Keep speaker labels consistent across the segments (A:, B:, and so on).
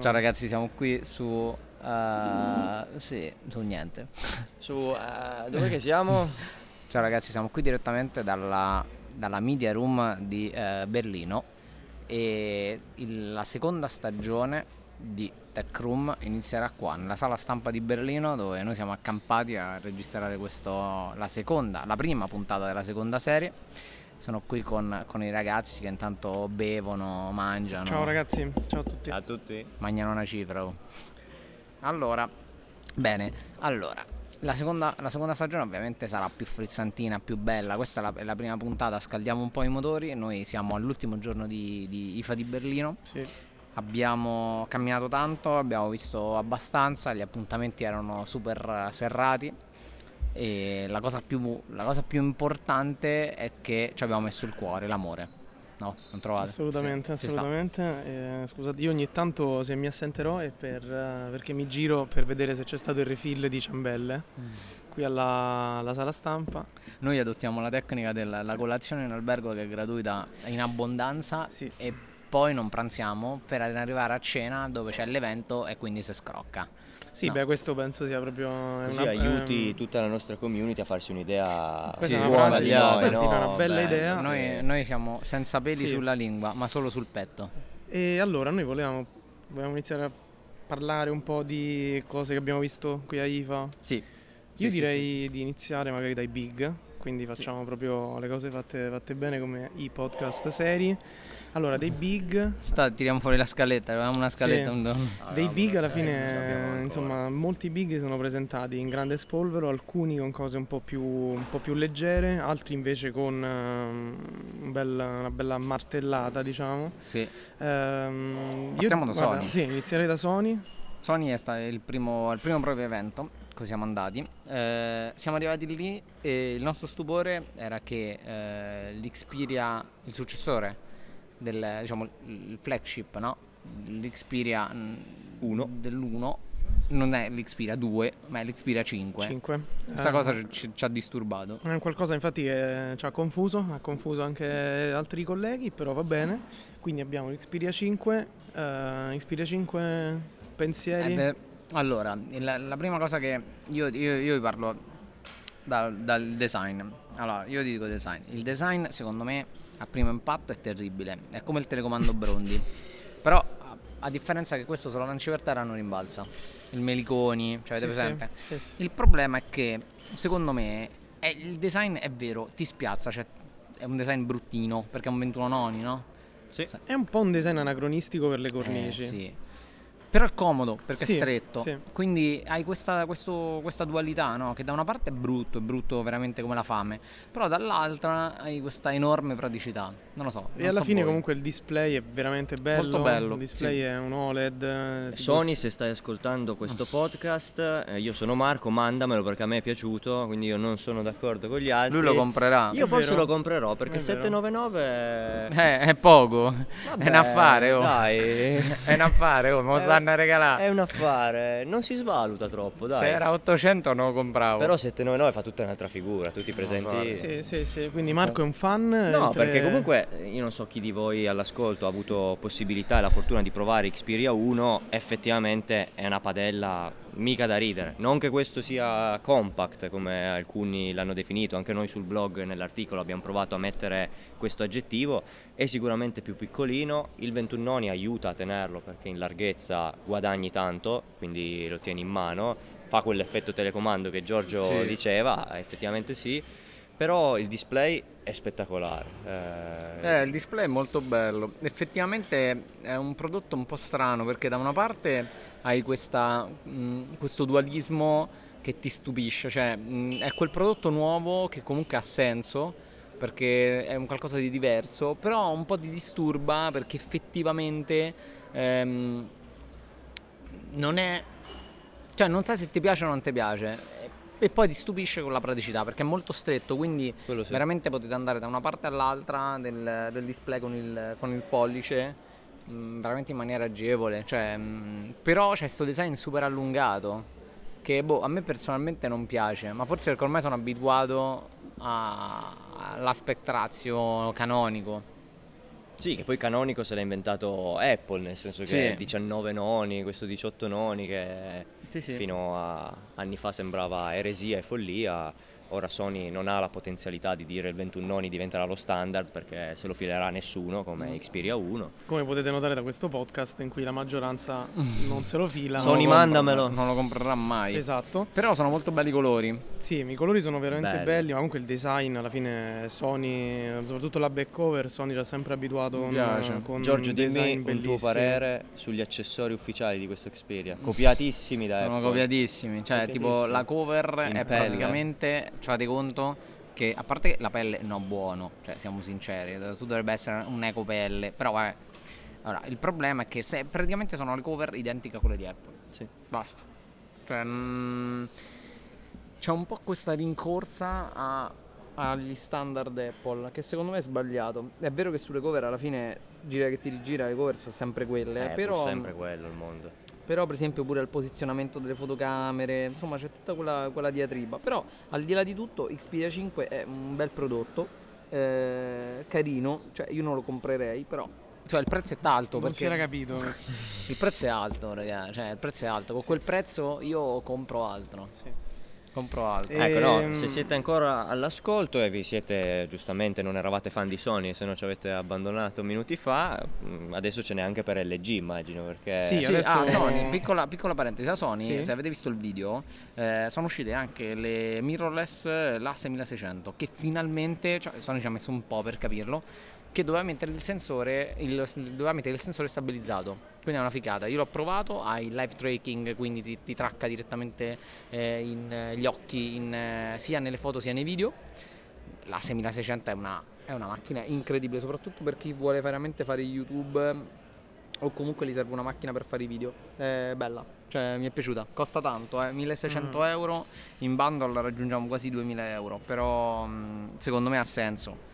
A: Ciao ragazzi, siamo qui su... eh, sì, su niente.
B: Su eh, dove che siamo?
A: Ciao ragazzi, siamo qui direttamente dalla, dalla media room di eh, Berlino e il- la seconda stagione di Tech Room inizierà qua, nella sala stampa di Berlino dove noi siamo accampati a registrare questo, la seconda, la prima puntata della seconda serie. Sono qui con, con i ragazzi che intanto bevono, mangiano.
C: Ciao ragazzi, ciao a tutti.
B: Ciao a tutti.
A: Magnano una cifra. oh. Allora, bene, allora. La seconda, la seconda stagione ovviamente sarà più frizzantina, più bella. Questa è la, è la prima puntata, scaldiamo un po' i motori. Noi siamo all'ultimo giorno di, di IFA di Berlino.
C: Sì.
A: Abbiamo camminato tanto, abbiamo visto abbastanza, gli appuntamenti erano super eh, serrati. E la cosa più, la cosa più importante è che ci abbiamo messo il cuore, l'amore. No, non trovate?
C: Assolutamente,
A: Sì, ci sta.
C: assolutamente. Eh, scusate, io ogni tanto se mi assenterò è per, eh, perché mi giro per vedere se c'è stato il refill di ciambelle qui alla, alla sala stampa.
A: Noi adottiamo la tecnica della la colazione in albergo che è gratuita in abbondanza
C: Sì.
A: e poi non pranziamo per arrivare a cena dove c'è l'evento e quindi si scrocca.
C: Sì,
A: No.
C: beh, questo penso sia proprio... è
D: Così
C: una-
D: aiuti
C: ehm,
D: tutta la nostra community a farsi un'idea
C: Questa
B: è una
D: buona
B: frase
D: di
B: che
D: noi,
B: ti
C: fa una
D: no?
C: bella
D: Beh,
C: idea. Ah,
A: noi, noi siamo senza peli
C: Sì.
A: sulla lingua ma solo sul petto.
C: E allora noi volevamo, volevamo iniziare a parlare un po' di cose che abbiamo visto qui a IFA.
A: Sì.
C: Io direi di iniziare magari dai big, quindi facciamo proprio le cose fatte, fatte bene come i podcast seri. Allora, dei big,
A: Sta- tiriamo fuori la scaletta, avevamo una scaletta.
C: Sì.
A: un giorno.
C: dei big alla fine,
D: ancora.
C: insomma, molti big sono presentati in grande spolvero, alcuni con cose un po' più, un po' più leggere, altri invece con ehm, un bel- una bella martellata, diciamo.
A: Sì.
C: Ehm,
A: Partiamo da Sony.
C: Sì, inizierei da Sony.
A: Sony è stato il primo, il primo proprio evento, così siamo andati. Eh, siamo arrivati lì e il nostro stupore era che eh, l'Xperia, il successore del diciamo, il flagship, no? L'Xperia
D: Uno.
A: dell'1 non è l'Xperia 2, ma è l'Xperia 5.
C: 5.
A: Questa cosa ci- ci, ci ha disturbato.
C: Eh, È un qualcosa infatti che ci ha confuso, ha confuso anche altri colleghi, però va bene. Quindi abbiamo l'Xperia 5, eh, Xperia 5 pensieri.
A: Eh, beh, allora, la, la prima cosa che io, io- io vi parlo da- dal design. Allora, io ti dico design. Il design, secondo me, a primo impatto è terribile. È come il telecomando Brondi. Però, a, a differenza che questo se lo lanci per terra non rimbalza. Il Meliconi, cioè avete
C: Sì, sì,
A: presente?
C: sì, sì.
A: Il problema è che, secondo me, è- il design è vero, ti spiazza, cioè è un design bruttino, perché è un 21 noni, no?
D: Sì.
C: È un po' un design anacronistico per le cornici.
A: Eh, sì. Però è comodo perché
C: Sì,
A: è stretto.
C: sì.
A: Quindi hai questa, questo- questa dualità, no? Che da una parte è brutto, è brutto veramente come la fame. Però dall'altra hai questa enorme praticità. Non lo so.
C: E
A: non
C: alla
A: so
C: fine
A: voi.
C: comunay comunque il display è veramente bello.
A: Molto bello,
C: Il display
A: sì.
C: è un OLED. eh, tipo
D: Sony,
C: s-
D: se stai ascoltando
C: Ah.
D: questo podcast, eh, io sono Marco, mandamelo perché a me è piaciuto, quindi io non sono d'accordo con gli altri.
A: Lui lo comprerà.
D: Io
C: È
D: forse
C: vero.
D: lo comprerò perché
C: È vero.
D: 799 è...
A: Eh, è poco.
D: Vabbè,
A: è un affare, oh.
D: Dai.
A: è un affare, oh. Me lo
D: Eh,
A: stanno a regalare.
D: È un affare, non si svaluta troppo, dai.
A: Se era 800 non lo compravo.
D: Però 799 fa tutta un'altra figura, tutti presenti.
C: Sì, sì, sì. Quindi Marco è un fan. mentre-
D: No, perché comunque eh, io non so chi di voi all'ascolto ha avuto possibilità e la fortuna di provare Xperia 1, effettivamente è una padella mica da ridere. Non che questo sia compact come alcuni l'hanno definito, anche noi sul blog e nell'articolo abbiamo provato a mettere questo aggettivo, è sicuramente più piccolino, il 21 noni aiuta a tenerlo perché in larghezza guadagni tanto, quindi lo tieni in mano, fa quell'effetto telecomando che Giorgio
A: Sì.
D: diceva, effettivamente sì. Però il display è spettacolare. eh,
A: Eh, il display è molto bello. Effettivamente è un prodotto un po' strano perché da una parte hai questa, mh, questo dualismo che ti stupisce, cioè mh, è quel prodotto nuovo che comunque ha senso perché è un qualcosa di diverso, però un po' ti disturba perché effettivamente ehm, non è... cioè non sai se ti piace o non ti piace. E e poi ti stupisce con la praticità perché è molto stretto, quindi
D: quello sì.
A: Veramente potete andare da una parte all'altra del, del display con il, con il pollice, mh, veramente in maniera agevole. Cioè, mh, però c'è questo design super allungato, che boh, a me personalmente non piace, ma forse perché ormai sono abituato a- all'aspect ratio canonico.
D: Sì, che poi canonico se l'ha inventato Apple, nel senso che
A: Sì.
D: 19 noni, questo 18 noni che
A: Sì, sì.
D: fino a anni fa sembrava eresia e follia, ora Sony non ha la potenzialità di dire il 21 noni diventerà lo standard perché se lo filerà nessuno
A: Mm.
D: come Xperia 1.
C: Come potete notare da questo podcast in cui la maggioranza non se lo fila.
A: Non lo
D: Sony,
A: comprerà-
D: mandamelo.
A: Non lo comprerà mai.
C: Esatto.
A: Però sono molto belli i colori.
C: Sì, i colori sono veramente
D: Bello.
C: belli, ma comunque il design alla fine Sony, soprattutto la back cover, Sony ci ha sempre abituato
A: Mi
C: con,
A: piace.
C: con
D: Giorgio, dimmi
C: design
D: il
C: bellissimi.
D: tuo parere sugli accessori ufficiali di questo Xperia, copiatissimi da
A: Mm. Sono
D: Apple.
A: copiatissimi. Cioè, tipo
D: Copiatissimi.
A: la cover
D: In
A: è
D: pelle.
A: praticamente. Ci fate conto che a parte che la pelle no buono, cioè siamo sinceri, tu dovrebbe essere un'ecopelle. Però vabbè. Allora, il problema è che se- praticamente sono le cover identiche a quelle di Apple.
D: Sì.
A: Basta. Cioè, mm, c'è un po' questa rincorsa a- agli standard Apple, che secondo me è sbagliato. È vero che sulle cover alla fine gira che ti rigira le cover sono sempre quelle,
D: Eh,
A: però,
D: pur sempre quello il mondo.
A: però per esempio pure al posizionamento delle fotocamere, insomma c'è tutta quella, quella diatriba. Però al di là di tutto Xperia 5 è un bel prodotto, eh, carino, cioè io non lo comprerei, però... Cioè il prezzo è alto
C: Non si
A: perché...
C: era capito questo.
A: Il prezzo è alto, raga. Cioè, il prezzo è alto. Con quel prezzo io compro altro. Eh,
C: Sì.
A: Compro altro.
C: E-
D: Ecco,
C: Ehm.
D: no, se siete ancora all'ascolto e vi siete giustamente non eravate fan di Sony, se no ci avete abbandonato minuti fa, mm, adesso ce n'è anche per LG, immagino, perché
C: Sì,
A: Sì,
C: adesso-
A: ah, Sony, piccola, piccola parentesi, la Sony,
C: Sì.
A: se avete visto il video, eh, sono uscite anche le mirrorless eh, la 6600 che finalmente, cioè, Sony ci ha messo un po' per capirlo, che doveva mettere il sensore, il, doveva mettere il sensore stabilizzato. Quindi è una ficata. Io l'ho provato, hai live tracking, quindi ti, ti tracca direttamente eh, in, eh, gli occhi in, eh, sia nelle foto sia nei video. La 6600 è una, è una macchina incredibile, soprattutto per chi vuole veramente fare YouTube eh, o comunque gli serve una macchina per fare i video. È bella, cioè mi è piaciuta. Costa tanto, eh, 1600
C: Mm.
A: euro, in bundle raggiungiamo quasi 2000 euro, però mh, secondo me ha senso.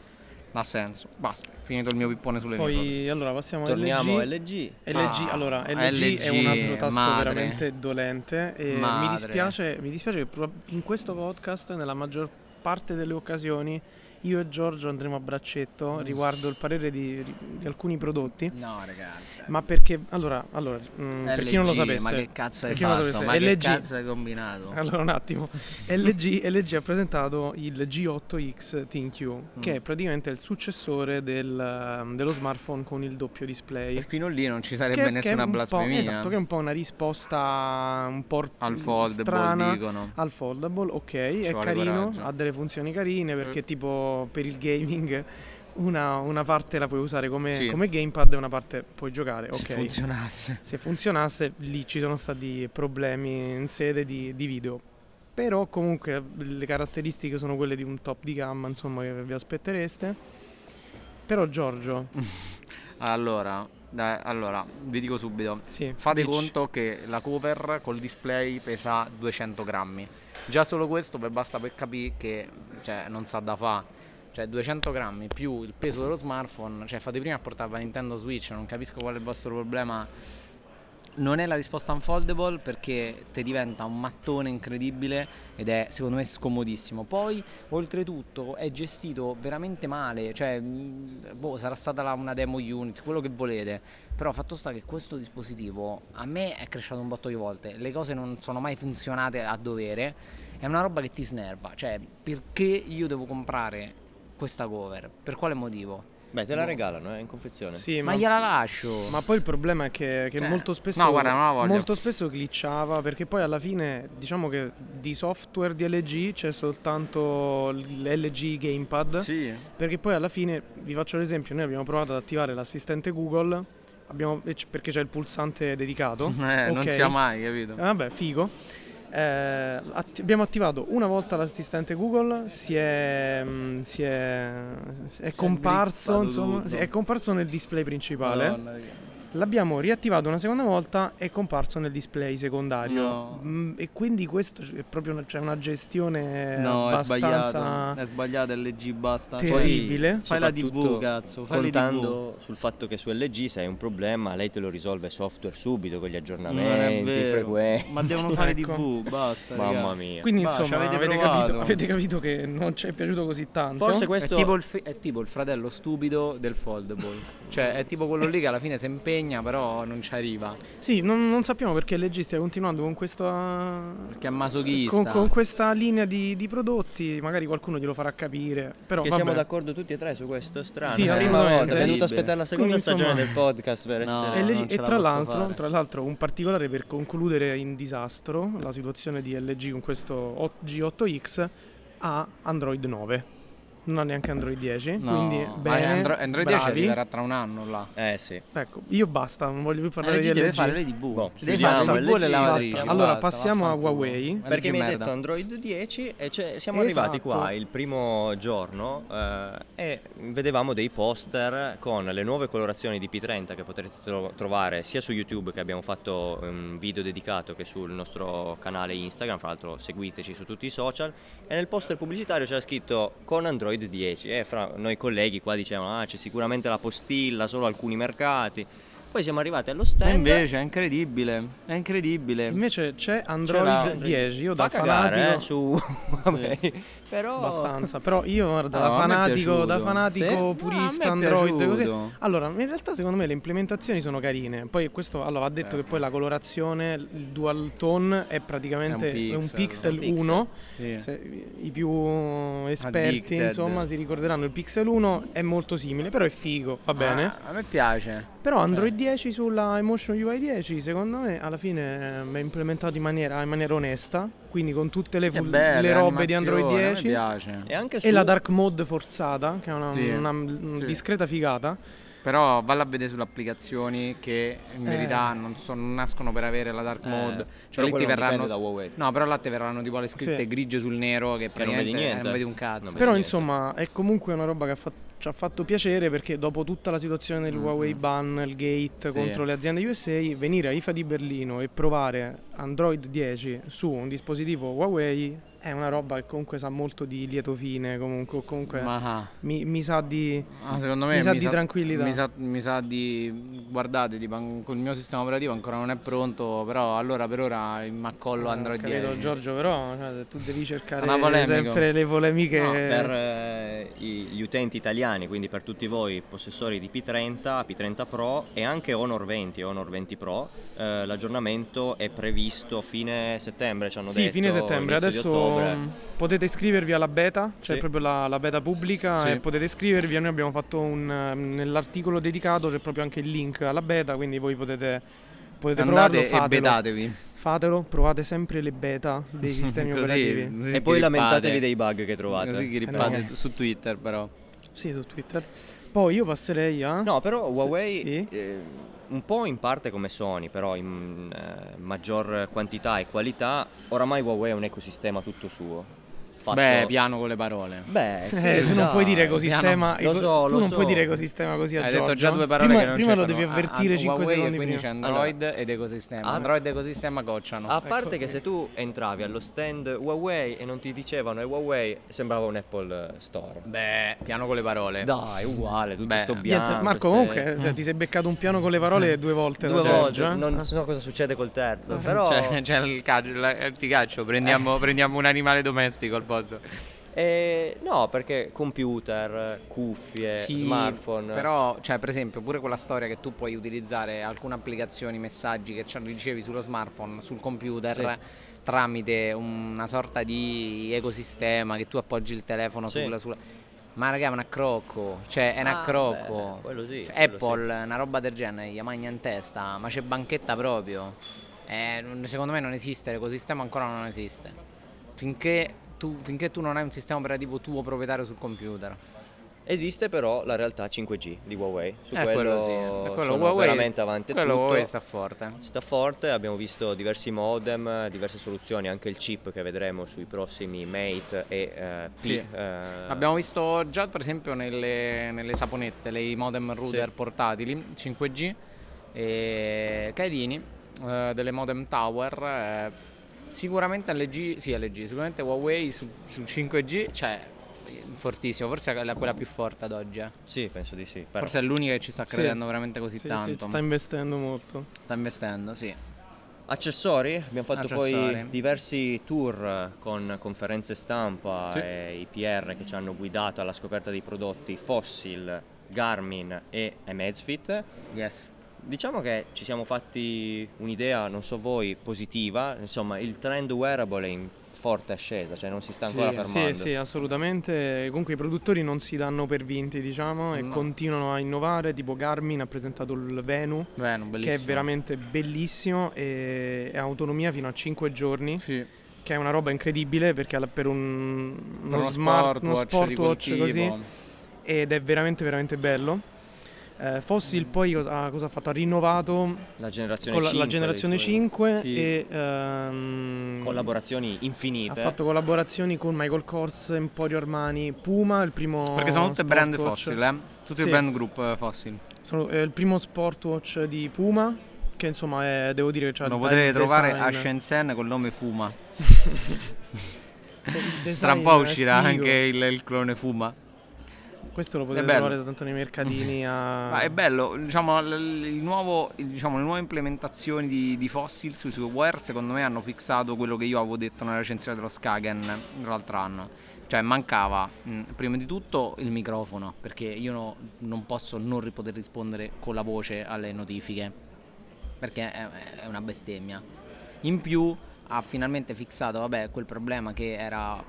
A: Ha senso. Basta, finito il mio pippone sulle
C: Poi
A: mirrorless.
C: allora passiamo a
D: torniamo
C: LG.
D: a LG.
C: LG,
A: Ah,
C: allora, LG, è un altro tasto
A: madre.
C: veramente dolente e mi
A: Madre.
C: dispiace, mi dispiace che prob- in questo podcast, nella maggior parte delle occasioni, io e Giorgio andremo a
A: Mm.
C: braccetto riguardo il parere di, di alcuni prodotti,
A: No, ragazzi.
C: ma perché, allora, allora mm, per chi non lo
A: LG,
C: sapesse,
A: Ma che cazzo hai
C: per chi non lo
A: fatto?
C: sapesse,
A: Ma che
C: LG
A: cazzo hai combinato?
C: allora un attimo, LG, LG ha presentato il G8X ThinQ, che
A: Mm.
C: è praticamente il successore del- dello smartphone con il doppio display.
A: E fino lì non ci
C: Che-
A: sarebbe
C: che è
A: nessuna
C: un po'-
A: blasfemia.
C: Esatto, che è un po' una risposta un po' r-
A: Al foldable
C: strana,
A: dicono.
C: Al foldable, ok, è
A: vuole
C: carino,
A: coraggio. Eh.
C: ha delle funzioni carine perché tipo per il gaming una, una parte la puoi usare come,
A: Sì.
C: come gamepad e una parte puoi giocare, ok.
A: Se funzionasse.
C: Se funzionasse lì ci sono stati problemi in sede di, di video. Però comunque le caratteristiche sono quelle di un top di gamma, insomma, che vi aspettereste. Però Giorgio,
A: Mm. Allora, dai, allora, vi dico subito.
C: sì,
A: Fate
C: dici.
A: conto che la cover col display pesa 200 grammi. Già solo questo beh, basta per capire che cioè, non sa da fa. Cioè 200 grammi più il peso dello smartphone. Cioè fate prima a portarla a Nintendo Switch. Non capisco qual è il vostro problema. Non è la risposta unfoldable perché te diventa un mattone incredibile ed è secondo me scomodissimo. Poi oltretutto è gestito veramente male, cioè mh, boh, sarà stata la- una demo unit, quello che volete, però fatto sta che questo dispositivo a me è cresciuto un botto di volte, le cose non sono mai funzionate a dovere, è una roba che ti snerva, cioè perché io devo comprare questa cover? Per quale motivo?
D: Beh, te la regalano, è in confezione.
C: Sì,
A: Ma gliela lascio!
C: Ma poi il problema è che, che
A: Cioè,
C: molto spesso
A: no, guarda, non la voglio.
C: molto spesso glitchava perché poi alla fine diciamo che di software di LG c'è soltanto l'LG Gamepad
A: Sì,
C: perché poi alla fine vi faccio l'esempio, noi abbiamo provato ad attivare l'assistente Google abbiamo- e c- perché c'è il pulsante dedicato.
A: eh, non
C: ok?
A: sia mai, capito?
C: Eh, Vabbè, figo. Eh, att- abbiamo attivato una volta l'assistente Google, si è, mm, si è, è comparso,
A: grippato
C: insomma,
A: tutto.
C: sì, è comparso nel display principale. Eh,
A: Madonna, raga.
C: L'abbiamo riattivato una seconda volta e è comparso nel display secondario.
E: No.
C: Mm, e quindi questo è proprio una, cioè una gestione
E: No, è
C: abbastanza Esatto.
E: sbagliato. È sbagliato LG basta. Cioè,
C: Te-
E: Poi
C: Terribile.
D: Poi,
E: Fai la
D: soprattutto
E: TV, cazzo, fai le TV.
D: Contando sul fatto che su LG se hai un problema, lei te lo risolve software subito con gli
E: Non è
D: aggiornamenti
E: vero.
D: frequenti.
E: Ma devono fare
C: Ecco.
E: TV, basta.
D: Mamma
E: raga.
D: mia.
C: Quindi,
E: Ma, ci
C: insomma,
E: avete
C: avete
E: provato?
C: capito, avete capito che non ci è piaciuto così tanto.
D: Forse
E: È
D: questo
E: tipo, il fi- è tipo il fratello stupido del foldable. cioè, è tipo quello lì che alla fine si impegna, però non ci arriva.
C: Sì, non, non sappiamo perché LG stia continuando con questa.
E: Perché è masochista.
C: Con, con questa linea di, di prodotti, magari qualcuno glielo farà capire. Però
D: che
C: vabbè.
D: siamo d'accordo tutti e tre su questo strano.
C: Sì,
D: È la prima
C: assolutamente.
D: volta, abbiamo dovuto
E: Incredibile.
D: aspettare la seconda
C: Quindi,
D: stagione
C: insomma-
D: del podcast per
E: No.
D: essere
C: E, LG
E: Ah, non ce
C: e
E: la
C: tra,
E: posso
C: l'altro,
E: fare.
C: tra l'altro un particolare per concludere in disastro la situazione di LG con questo G8X ha Android 9 non ha neanche Android 10
E: No,
C: quindi
E: ma
C: bene
E: Ah, Andro- Android 10
C: bravi.
E: arriverà tra un anno là.
D: Eh sì.
C: ecco io basta non voglio più parlare
E: LG
C: di
E: deve
C: LG
E: fare le TV.
D: Boh,
E: deve
D: chiudiamo.
E: fare le TV e le
D: LG,
E: lavatrici.
D: basta.
C: Allora,
E: basta,
C: passiamo a
E: vaffanculo.
C: Huawei.
E: LG
D: Perché mi hai
E: merda.
D: detto Android 10 e cioè, siamo
C: Esatto.
D: arrivati qua il primo giorno eh, e vedevamo dei poster con le nuove colorazioni di P30 che potrete tro- trovare sia su YouTube che abbiamo fatto un video dedicato che sul nostro canale Instagram, fra l'altro seguiteci su tutti i social e nel poster pubblicitario c'era scritto con Android 10 e fra noi colleghi qua dicevano ah c'è sicuramente la postilla solo alcuni mercati. Poi siamo arrivati allo stand
E: E invece è incredibile, è incredibile.
C: invece c'è
E: C'era
C: Android
E: Android-
C: 10 io
D: fa
C: da
D: cagare
C: fanatico
D: eh, su Huawei, però
C: abbastanza però io guarda,
E: No,
C: da
E: a me è
C: fanatico da
E: piaciuto.
D: Sì?
C: fanatico
D: No,
C: purista
E: No, a me è
C: Android così
E: piaciuto.
C: allora, in realtà secondo me le implementazioni sono carine. Poi questo, allora, va
E: Eh.
C: detto che poi la colorazione, il dual tone è praticamente
E: È un
C: pixel
E: pixel.
D: Un pixel.
C: 1.
E: Sì.
C: Se- I più esperti,
E: Addicted.
C: insomma, si ricorderanno il pixel 1 è molto simile, però è figo, va bene.
E: Ah, a me piace.
C: Però Android 10 sulla Emotion UI 10, secondo me, alla fine eh, è implementato in maniera, in maniera onesta, quindi con tutte le,
E: Sì, è
C: fu-
E: bello,
C: le
E: è
C: robe di
E: animazione,
C: Android
E: A me
C: 10
E: piace.
D: e anche su
C: e la dark mode forzata, che è una,
E: Sì,
C: una- una
E: sì.
C: discreta figata.
E: Però valla a vedere sulle applicazioni che in
C: Eh.
E: verità non, so- non nascono per avere la dark
D: Eh,
E: mode.
D: però
E: Cioè lì ti
D: quello non
E: verranno.
D: dipende da Huawei.
E: No, però là ti verranno tipo le scritte
C: Sì.
E: grigie sul nero che,
D: Che non vedi
E: praticamente eh,
D: niente.
E: non vedi un cazzo.
D: Non vedi
C: Però
D: niente.
C: insomma è comunque una roba che ha fa- ci ha fatto piacere perché dopo tutta la situazione del
E: Mm,
C: Huawei
E: mm.
C: ban, il gate
E: Sì.
C: contro le aziende USA, venire a IFA di Berlino e provare Android 10 su un dispositivo Huawei è una roba che comunque sa molto di lieto fine, comunque, o comunque
E: Ma
C: mi, mi sa di...
E: ah, secondo me
C: Mi sa di tranquillità.
E: Mi sa, mi sa di guardate, tipo, an- col mio sistema operativo ancora non è pronto, però allora per ora mi accollo
C: Ah, Ho
E: Android
C: capito,
E: 10.
C: Giorgio però cioè, se tu devi
E: Una
C: cercare
E: polemica.
C: sempre le polemiche...
D: No, ah, per eh, i- gli utenti italiani, quindi per tutti voi possessori di P30, P30 Pro e anche Honor 20 e Honor 20 Pro, eh, l'aggiornamento è previsto fine settembre, ci hanno
C: Sì,
D: detto.
C: fine settembre.
D: inizio di
C: Adesso
D: ottobre.
C: mh, potete iscrivervi alla beta, c'è
D: Sì.
C: proprio la, la beta pubblica
E: Sì.
C: e potete iscrivervi. Noi abbiamo fatto un eh, nell'articolo dedicato c'è proprio anche il link alla beta, quindi voi potete potete
E: Andate
C: provarlo,
E: e
C: fatelo.
E: bedatevi.
C: Fatelo, provate sempre le beta dei sistemi
E: Così,
C: operativi.
E: così
D: E poi
E: grippate.
D: lamentatevi dei bug che trovate. Eh
C: Eh,
E: Così grippate su Twitter però.
C: Sì, su Twitter. Poi io passerei a
D: No, però Huawei
C: sì.
D: eh, un po' in parte come Sony, però in eh, maggior quantità e qualità, oramai Huawei è un ecosistema tutto suo. Fatto-
E: Beh, piano con le parole.
D: Beh, sì,
C: Eh, tu non
D: dai.
C: puoi dire ecosistema,
D: piano. Lo
C: eco-
D: so,
C: tu
D: lo
C: non
D: so.
C: puoi dire ecosistema così a
E: Hai
C: Giorgio.
E: detto già due parole
C: prima,
E: che non
C: prima lo
E: c'entrano.
C: devi
E: Ah,
C: avvertire
E: ah,
C: 5
E: Huawei e
C: secondi
E: quindi
C: prima.
E: c'è Android ed ecosistema.
D: Ah.
E: Android ed ecosistema cocciano.
C: Ecco,
D: A parte
C: eh.
D: che se tu entravi allo stand Huawei e non ti dicevano è Huawei, sembrava un Apple Store.
E: Beh, piano con le parole.
D: Dai, uguale, tutto
E: Beh.
D: sto
C: Niente,
D: bianco.
C: Marco,
D: ste-
C: comunque cioè, ti sei beccato un piano con le parole due volte. da
D: due
C: Giorgio,
D: volte,
C: eh? Cioè,
D: non
C: Ah.
D: so cosa succede col terzo, però
E: C'è, Cioè, c'è il caccio, la- eh, ti caccio, prendiamo, prendiamo un animale domestico al posto.
D: eh, no, perché computer, cuffie, Eh, smartphone.
E: Però, cioè, per esempio, pure quella storia che tu puoi utilizzare alcune applicazioni, messaggi che ci ricevi sullo smartphone, sul computer. Tramite una sorta di ecosistema che tu appoggi il telefono
D: Sì.
E: sulla, sulla- Ma raga, è un accrocco. Cioè, è un
D: Ah,
E: accrocco.
D: beh, quello sì,
E: Cioè,
D: quello
E: Apple, una roba del genere, gli magna in testa, ma c'è banchetta proprio. Eh, non- secondo me non esiste, l'ecosistema ancora non esiste. Finché tu, finché tu non hai un sistema operativo tuo proprietario sul computer.
D: Esiste però la realtà 5G di Huawei. Su
E: Eh,
D: quello,
E: sì, eh, quello
D: sono
E: Huawei-
D: veramente avanti a
E: quello
D: tutto.
E: Huawei sta forte.
D: Sta forte, abbiamo visto diversi modem, eh, diverse soluzioni, anche il chip che vedremo sui prossimi Mate e eh, P.
E: Sì.
D: eh,
E: Abbiamo visto già per esempio nelle, nelle saponette, le modem router
D: Sì.
E: portatili 5G
A: e carini eh, delle modem tower eh, sicuramente LG sì LG sicuramente Huawei su- sul 5G cioè fortissimo forse è la- quella più forte ad oggi eh.
D: Sì, penso di sì. però.
A: forse è l'unica che ci sta
C: Sì.
A: credendo veramente così
C: Sì, sì,
A: tanto
C: sta investendo molto.
A: sta investendo sì
D: Accessori, abbiamo fatto
A: Accessori.
D: poi diversi tour eh, con conferenze stampa
C: Sì.
D: e i PR che ci hanno guidato alla scoperta dei prodotti Fossil, Garmin e Amazfit.
A: yes
D: Diciamo che ci siamo fatti un'idea, non so voi, positiva, insomma il trend wearable è in forte ascesa, cioè non si sta ancora fermando.
C: Sì, sì, assolutamente. Comunque i produttori non si danno per vinti, diciamo, e
A: No.
C: continuano a innovare. Tipo Garmin ha presentato il Venu,
A: bene bellissimo
C: che è veramente bellissimo e ha autonomia fino a 5 giorni,
A: sì
C: che è una roba incredibile perché alla- per un,
A: per uno
C: smart, uno
A: smartwatch di quel
C: smartwatch così,
A: tipo.
C: ed è veramente, veramente bello. Eh, Fossil poi cosa, ah, cosa ha fatto? Ha rinnovato
D: La generazione
C: con la,
D: 5.
C: la
D: dei
C: generazione
D: suoi-
C: 5
D: Sì.
C: e ehm,
D: Collaborazioni
C: ha
D: infinite.
C: fatto collaborazioni con Michael Kors, Emporio Armani, Puma, il primo
A: perché sono tutte brand
C: smartwatch.
A: fossil eh? tutti
C: Sì.
A: i brand group eh, fossil
C: Sono, eh, il primo sportwatch di Puma che insomma è- devo dire che c'ha
A: lo
C: il
A: potete
C: design-
A: trovare a Shenzhen col nome Fuma
C: il design
A: Tra un po'
C: è
A: uscirà
C: figo.
A: anche il, il clone Fuma.
C: Questo lo potete
A: bello.
C: trovare soltanto nei mercatini a...
A: Ma è bello, diciamo, l- l- il nuovo- il- diciamo, le nuove implementazioni di, di Fossil sui suoi wear secondo me hanno fissato quello che io avevo detto nella recensione dello Skagen l'altro anno. Cioè mancava mh, prima di tutto il microfono, perché io no- non posso non ri- poter rispondere con la voce alle notifiche, perché è, è una bestemmia. In più ha finalmente fissato vabbè, quel problema che era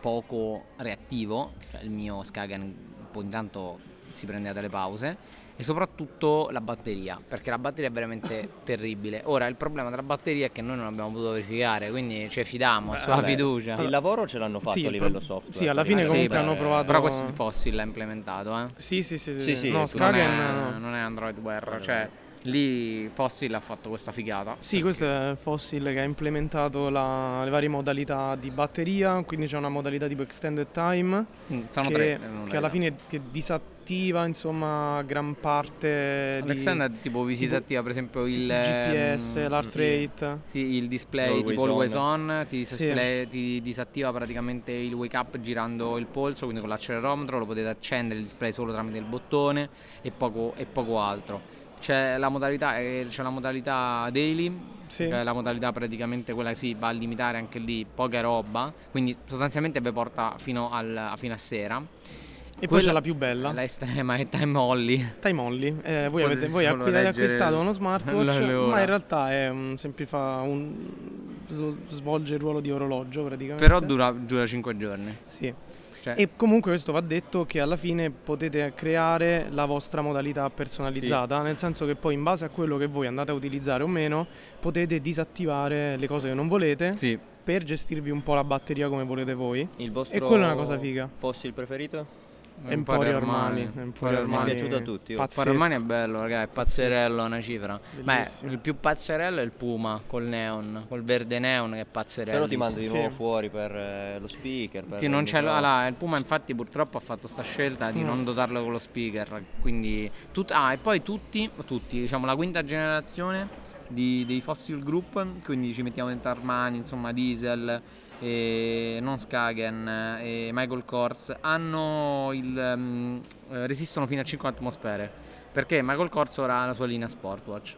A: poco reattivo, cioè il mio Skagen poi intanto si prendeva delle pause, e soprattutto la batteria, perché la batteria è veramente terribile. Ora il problema della batteria è che noi non abbiamo potuto verificare, quindi ci fidiamo, è sua
D: Vabbè,
A: fiducia.
D: Il lavoro ce l'hanno fatto
C: Sì,
D: a
C: il
D: livello
C: pro-
D: software. Eh,
C: sì, alla fine
A: Ah, sì,
C: comunque
A: beh,
C: hanno provato-
A: Però questo di Fossil l'ha implementato, eh.
C: Sì, sì, sì, sì.
D: Sì, sì,
C: no,
D: non
A: non,
C: Skagen...
A: è,
C: no.
A: non è Android Wear, cioè lì Fossil ha fatto questa figata.
C: Sì, questo è Fossil che ha implementato la- le varie modalità di batteria, quindi c'è una modalità tipo extended time
A: Mm, Sono
C: che,
A: tre. eh,
C: che
A: non
C: alla
A: vedo.
C: fine ti disattiva insomma gran parte di
A: Alexander tipo visita attiva per esempio il
C: GPS,
A: ehm,
C: l'heart
A: sì.
C: rate.
A: Sì, il display
D: Always
A: tipo always on, ti,
C: Sì.
A: display- ti disattiva praticamente il wake up girando il polso, quindi con l'accelerometro lo potete accendere il display solo tramite il bottone e poco, e poco altro. C'è la modalità, eh, c'è la modalità daily,
C: Sì.
A: che è Cioè, la modalità praticamente quella che si va a limitare anche lì poca roba, quindi sostanzialmente vi porta fino, al, fino a sera.
C: E poi
A: Quella-
C: c'è la più bella,
A: La estrema è Time Holly.
C: Time Only. Eh, voi
A: Potete
C: avete,
A: solo
C: voi acqui- avete
A: leggere
C: acquistato uno
A: la-
C: smartwatch,
A: le ore.
C: ma in realtà è un, semplice fa un, s- svolge il ruolo di orologio praticamente.
A: Però dura, dura 5 giorni.
C: Sì.
A: Cioè-
C: E comunque questo va detto che alla fine potete creare la vostra modalità personalizzata, nel senso che poi in base a quello che voi andate a utilizzare o meno potete disattivare le cose che non volete
A: Sì.
C: per gestirvi un po' la batteria come volete voi.
D: Il vostro
C: E quella è una cosa figa.
D: Fossil preferito?
C: Emporio Armani.
D: Mi
A: Emporio
D: è
A: Armani.
D: piaciuto a tutti. io.
C: Pazzesco.
A: Emporio Armani è bello, raga, è pazzerello, è una cifra. Beh,
C: Bellissimo.
A: il più pazzerello è il Puma col neon, col verde neon che è pazzerello.
D: Però ti mando di
C: Sì.
D: nuovo fuori per eh, lo speaker. Per
A: Sì, non
D: il
A: c'è lo-
D: microfono.
A: allora, il Puma infatti purtroppo ha fatto sta scelta di
C: Mm.
A: non dotarlo con lo speaker, quindi tut- ah, e poi tutti, tutti, diciamo la quinta generazione di- dei Fossil Group, quindi ci mettiamo dentro Armani, insomma Diesel e non Skagen e Michael Kors hanno il ehm, eh, resistono fino a 5 atmosfere, perché Michael Kors ora ha la sua linea Sportwatch.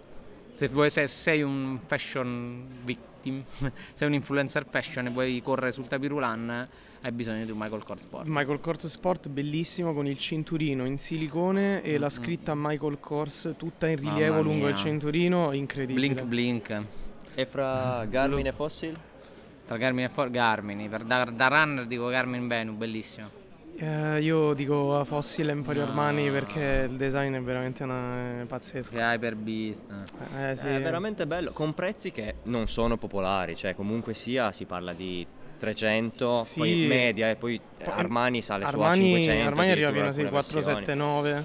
A: Se vuoi- se sei un fashion victim, sei un influencer fashion e vuoi correre sul tapirulan, hai bisogno di un Michael Kors Sport.
C: Michael Kors Sport bellissimo con il cinturino in silicone e la scritta Michael Kors tutta in
A: Mm, Mamma
C: rilievo lungo
A: mia.
C: il cinturino, incredibile.
A: Blink blink.
D: E fra Garmin e Fossil?
A: Tra Garmin e For Garmin, per- da, da runner dico Garmin Benu, bellissimo.
C: Eh, io dico a Fossil e Emporio
A: No.
C: Armani perché il design è veramente una- è pazzesco.
A: Che Hyper Beast.
C: Eh, sì,
D: è veramente bello. Con prezzi che non sono popolari. Cioè, comunque sia, si parla di 300,
C: Sì.
D: poi media e poi eh,
C: Poi-
D: Armani sale su a
C: Armani,
D: 500.
C: Armani arriva fino
D: addirittura
C: a sei-
D: alcune versioni.
C: 479.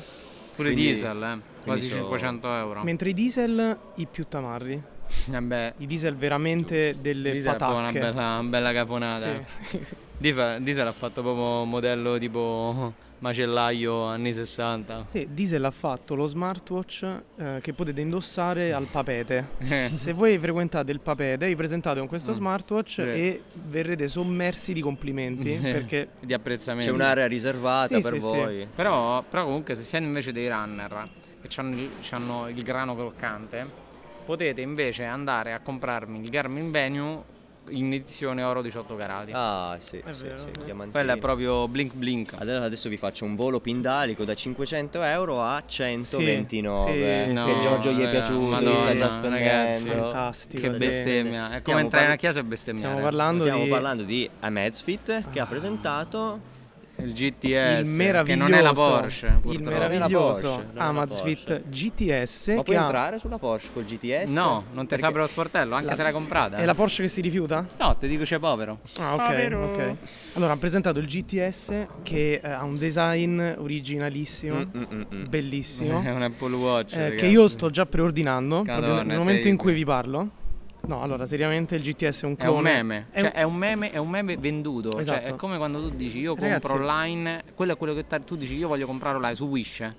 A: Pure
D: Quindi-
A: diesel, eh, quasi
D: so-
A: 500 euro.
C: Mentre i diesel, i più tamarri.
A: Vabbè,
C: I diesel veramente delle
A: diesel ha fatto una
C: patacche.
A: bella, una bella caponata.
C: Sì, sì, sì.
A: Diesel, Diesel ha fatto proprio modello tipo macellaio anni 60.
C: Sì, Diesel ha fatto lo smartwatch eh, che potete indossare al papete.
A: Eh,
C: Se voi frequentate il papete, vi presentate con questo
A: Mm.
C: smartwatch
A: Sì.
C: e verrete sommersi di complimenti
A: Sì.
C: perché
A: di apprezzamento.
D: C'è un'area riservata
C: Sì,
D: per
C: sì, sì.
D: voi.
A: Però, però comunque se siete invece dei runner che hanno il grano croccante, potete invece andare a comprarmi il Garmin Venue in edizione oro 18 carati.
D: Ah, sì,
C: È
D: sì,
C: vero,
D: sì,
C: è
D: il
C: vero.
D: diamantino.
A: Quella è proprio blink blink.
D: Adesso, adesso vi faccio un volo pindalico da 500 euro a 129.
C: sì,
D: che
C: No,
D: Giorgio gli è
A: ragazzi,
D: piaciuto,
C: Madonna,
D: li sta già
A: ragazzi.
D: spendendo.
C: fantastico.
A: Che
C: sì.
A: bestemmia. È
D: Stiamo
A: come entrare in
D: parla-
A: una chiesa e bestemmiare.
C: Stiamo parlando
D: Stiamo
C: di Ah.
D: parlando di Amazfit che ha presentato
A: Il GTS,
C: il
A: che
C: meraviglioso,
A: non è la Porsche.
C: il
A: purtroppo.
D: meraviglioso- Non è la Porsche,
C: meraviglioso
D: non è la
C: Amazfit
D: Porsche.
C: GTS
D: Ma
C: che
D: puoi
C: ha-
D: entrare sulla Porsche col GTS?
A: No, non ti
D: Perché-
A: apre lo sportello, anche
C: La-
A: se l'hai comprata.
C: è la Porsche che si rifiuta?
A: No, ti dico c'è povero.
C: Ah, ok, ok. Allora, ha presentato il GTS che eh, ha un design originalissimo,
D: Mm, mm, mm, mm.
C: bellissimo,
A: È un Apple Watch.
C: eh, che
A: ragazzi.
C: io sto già preordinando proprio
A: Madonna,
C: nel
A: è
C: momento in
A: terribile.
C: cui vi parlo. No, allora, seriamente il GTS è un
A: È
C: clone.
A: un meme,
C: È
A: cioè è un meme, è un meme venduto. Cioè,
C: Esatto.
A: è come quando tu dici io
C: Ragazzi-
A: compro online, quello è quello che t- tu dici io voglio comprare online su Wish.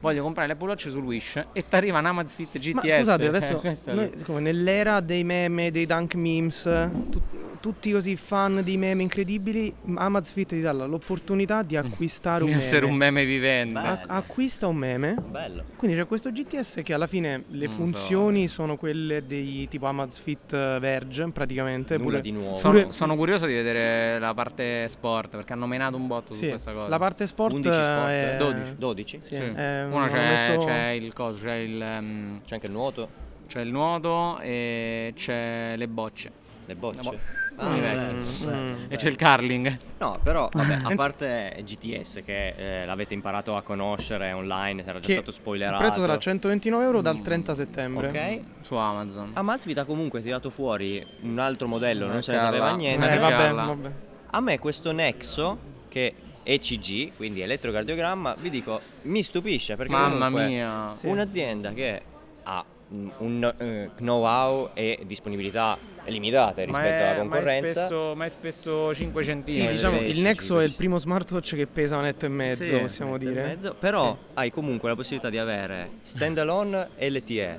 A: Voglio comprare l'Apple Watch su Wish e ti arriva un Amazfit GTS.
C: Ma scusate,
A: Eh,
C: adesso
A: questo è-
C: noi, come nell'era dei meme, dei dunk memes, tu- tutti così fan di meme incredibili, Amazfit ti dà la- l'opportunità di acquistare un
A: Mm. di
C: meme.
A: essere un meme vivente.
D: Beh.
C: A- acquista un meme.
D: Bello.
C: Quindi c'è questo GTS che alla fine le
A: Non so.
C: funzioni sono quelle dei tipo Amazfit eh, Verge, praticamente.
D: Nulla
C: pure-
D: di nuovo.
A: Sono,
C: Pure-
A: sono curioso di vedere la parte sport perché hanno menato un botto su
C: Sì,
A: questa cosa.
C: la parte sport,
D: 11 sport, eh.
C: è
A: 12.
D: 12?
C: Sì,
A: Sì.
C: eh,
A: Uno
C: hanno
A: c'è,
C: messo-
A: c'è il coso, c'è il, ehm,
D: C'è anche il nuoto,
A: c'è il nuoto e c'è le bocce.
D: le bocce.
A: No,
C: Boh.
A: ma-
D: Ah,
A: Mm,
D: vecchio.
C: mm.
D: Bello.
A: E c'è il curling.
D: No, però, vabbè, a parte GTS che eh, l'avete imparato a conoscere online, sarà già
C: Che
D: stato
C: Il
D: spoilerato.
C: prezzo sarà 129 euro dal
A: Mm,
C: 30 settembre.
D: Ok.
A: Su Amazon.
C: Ah,
D: Amazfit ha comunque tirato fuori un altro modello, non se ne
A: Calla.
D: sapeva
C: Eh,
A: Eh,
D: niente.
A: perché
C: vabbè,
A: alla-
C: vabbè.
D: A me questo Nexo, che è ECG, quindi elettrocardiogramma, vi dico, mi stupisce perché
A: Mamma
D: comunque
A: mia.
C: Sì.
D: un'azienda che ha un- un eh, know-how e disponibilità limitate rispetto alla concorrenza.
A: ma è spesso 5
C: Sì,
A: centesimi.
D: Eh,
C: diciamo,
D: riesci,
C: il Nexo
D: ci
C: è il
D: riesci.
C: primo smartwatch che pesa un netto e mezzo,
A: Sì,
C: possiamo
D: metà e
C: dire.
D: mezzo, però hai comunque la possibilità di avere standalone LTE,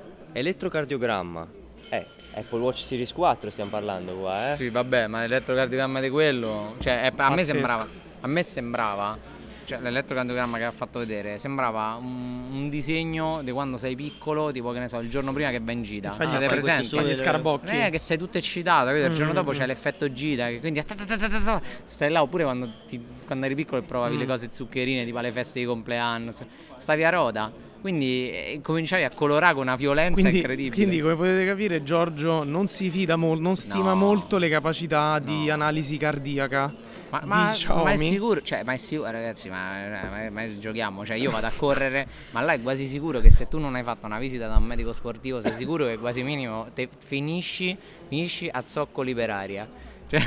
D: elettrocardiogramma, eh, Apple Watch Series 4 stiamo parlando qua, eh.
A: Sì, vabbè, ma l'elettrocardiogramma di quello. Cioè, è- a me
C: Pazzesco.
A: sembrava. A me sembrava. Cioè, l'elettrocardiogramma che ha fatto vedere sembrava un, un disegno di quando sei piccolo, tipo che ne so, il giorno prima che va in gita.
C: Fagli,
A: Ah, sei
C: scar-
D: fai questo
A: presente?
D: solo
C: fagli
D: del-
C: scarabocchi.
A: Non Eh, è che sei tutto eccitato, capito? Il giorno
C: Mm,
A: dopo
C: mm.
A: c'è l'effetto gira, che quindi attatatatata, stai là oppure quando, ti- quando eri piccolo e provavi
C: Mm.
A: le cose zuccherine, tipo alle feste di compleanno, se- stavi a roda, quindi eh, cominciavi a colorare con una violenza
C: Quindi,
A: incredibile.
C: quindi, come potete capire, Giorgio non si fida molto, non stima
A: No.
C: molto le capacità di
A: No.
C: analisi cardiaca.
A: ma, ma-
C: di Xiaomi.
A: ma è sicuro, cioè, ma è sicuro, ragazzi, ma, ma- ma giochiamo, cioè io vado a correre, ma là è quasi sicuro che se tu non hai fatto una visita da un medico sportivo, sei sicuro che quasi minimo te finisci, finisci a zoccoli per aria. Cioè,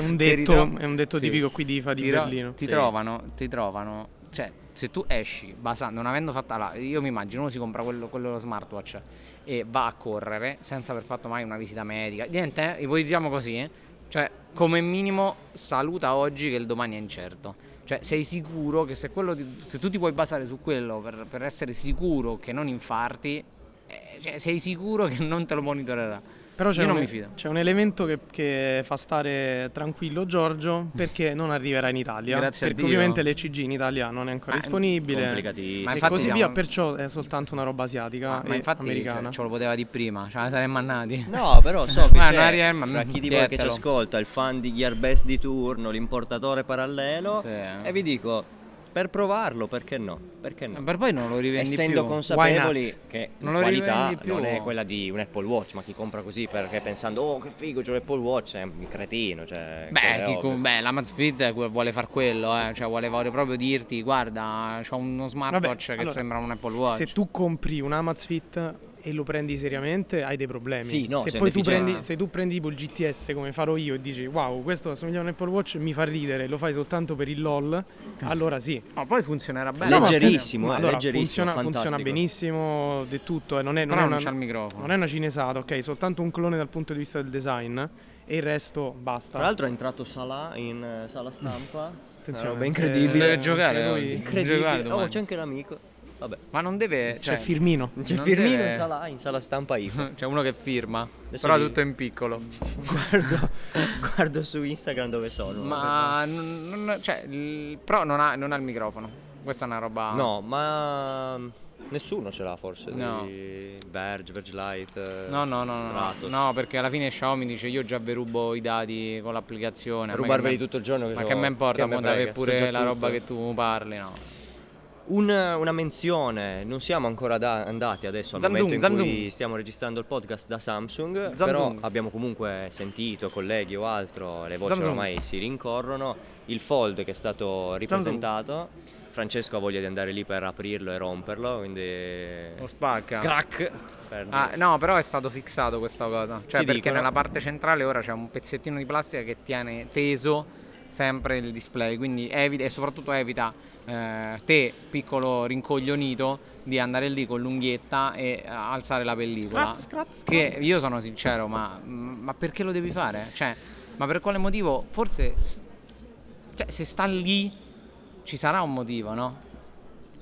C: è un
A: ti
C: detto-
A: ritro-
C: è un detto tipico qui di Fa di
A: Ti tro-
C: Berlino.
A: Ti
D: Sì.
A: trovano, ti trovano, cioè se tu esci basando, non avendo fatto, allora, io mi immagino uno si compra quello, quello smartwatch e va a correre senza aver fatto mai una visita medica, niente, eh, ipotizziamo così, eh. cioè come minimo saluta oggi che il domani è incerto. Cioè, sei sicuro che se, quello ti- se tu ti puoi basare su quello per, per essere sicuro che non infarti, eh, cioè, sei sicuro che non te lo monitorerà.
C: Però c'è
A: Io
C: un,
A: non mi fido.
C: c'è un elemento che, che fa stare tranquillo Giorgio perché non arriverà in Italia.
A: Grazie a
C: perché
A: Dio.
C: ovviamente l'ECG in Italia non è ancora
A: Ma è
C: disponibile.
D: Complicatissimo.
A: Ma
C: e
A: infatti
C: così
A: siamo-
C: via, perciò è soltanto una roba asiatica
A: Ma, ma
C: e
A: infatti
C: Ah, eh, americana.
A: cioè, ce lo poteva di prima, ce la saremmo annati.
D: No, però so che
A: Ma
D: c'è,
A: non arriva-
D: fra chi di voi che ci
A: tiettelo.
D: ascolta, il fan di Gearbest di turno, l'importatore parallelo,
A: Sì.
D: e vi dico, per provarlo, perché no? Perché no?
A: Per poi non lo rivendi
D: Essendo
A: più.
C: Why
D: consapevoli che
A: Non
D: la
A: lo
D: qualità
A: rivendi più.
D: non è quella di un Apple Watch, ma chi compra così perché pensando, oh che figo, c'ho l'Apple Watch, è un cretino, cioè...
A: Beh,
D: quello è
A: chi-
D: ovvio.
A: beh, la Mazfit que- vuole far quello, eh. cioè vuole, vuole proprio dirti, guarda, c'ho uno smartwatch che
C: allora,
A: sembra un Apple Watch.
C: Se tu compri un Amazfit e lo prendi seriamente, hai dei problemi.
D: Sì, no,
C: se
D: sei
C: poi tu
D: deficiente.
C: prendi, se tu prendi tipo il GTS come farò io e dici wow, questo assomiglia a un Apple Watch, mi fa ridere, lo fai soltanto per il LOL, allora sì.
A: No, poi funzionerà
D: bene.
C: ma
D: Leggerissimo,
C: funziona-
D: eh,
C: allora,
D: leggerissimo,
C: funziona, funziona
D: fantastico.
C: benissimo di tutto, eh, non è, non
A: Però
C: è
A: non,
C: una,
A: c'ha il microfono.
C: non è una cinesata, ok? Soltanto un clone dal punto di vista del design e il resto basta.
D: Tra l'altro è entrato Salah in eh, sala stampa
C: Attenzione.
D: roba incredibile.
C: eh,
A: Deve giocare,
C: lui-
A: eh. giocare
D: Incredibile.
A: domani.
D: Oh, c'è anche l'amico. Vabbè.
A: Ma non deve.
C: C'è
A: Cioè,
C: Firmino.
D: C'è
A: Non
D: Firmino
A: deve-
D: in, sala, in sala stampa IFA.
A: c'è uno che firma.
D: Adesso
A: però
D: vi-
A: tutto in piccolo.
D: guardo, guardo su Instagram dove sono.
A: Ma. non- non- cioè, il- però non ha, non ha il microfono. Questa è una roba.
D: No, ma nessuno ce l'ha forse.
A: No.
D: di Verge, Verge Lite.
A: No, no, no, no, no,
D: Stratos.
A: no, perché alla fine Xiaomi dice io già vi rubo i dati con l'applicazione. ma che
D: Rubarveli
A: me-
D: tutto il giorno.
A: Ma
D: so-
A: che me importa,
D: me
A: può dare
D: frega, so
A: pure
D: già
A: la roba
D: tutto.
A: che tu parli, no.
D: Un- una menzione, non siamo ancora da- andati adesso al
A: Zamzung,
D: momento in
A: Zamzung.
D: cui stiamo registrando il podcast da Samsung, però
A: Zamzung.
D: abbiamo comunque sentito colleghi o altro, le voci
A: Zamzung.
D: ormai si rincorrono, il fold che è stato ripresentato, Francesco ha voglia di andare lì per aprirlo e romperlo, quindi...
A: Lo spacca.
D: Crack! Per
A: Ah, no, però è stato fissato questa cosa. Cioè,
D: Sì,
A: perché
D: dicono.
A: nella parte centrale ora c'è un pezzettino di plastica che tiene teso sempre il display. Quindi evita e soprattutto evita eh, te, piccolo rincoglionito, di andare lì con l'unghietta e eh, alzare la pellicola.
C: Scrat, scrat, scrat.
A: Che io sono sincero, ma, mm, ma perché lo devi fare? Cioè, ma per quale motivo? Forse. s- Cioè, se sta lì ci sarà un motivo, no?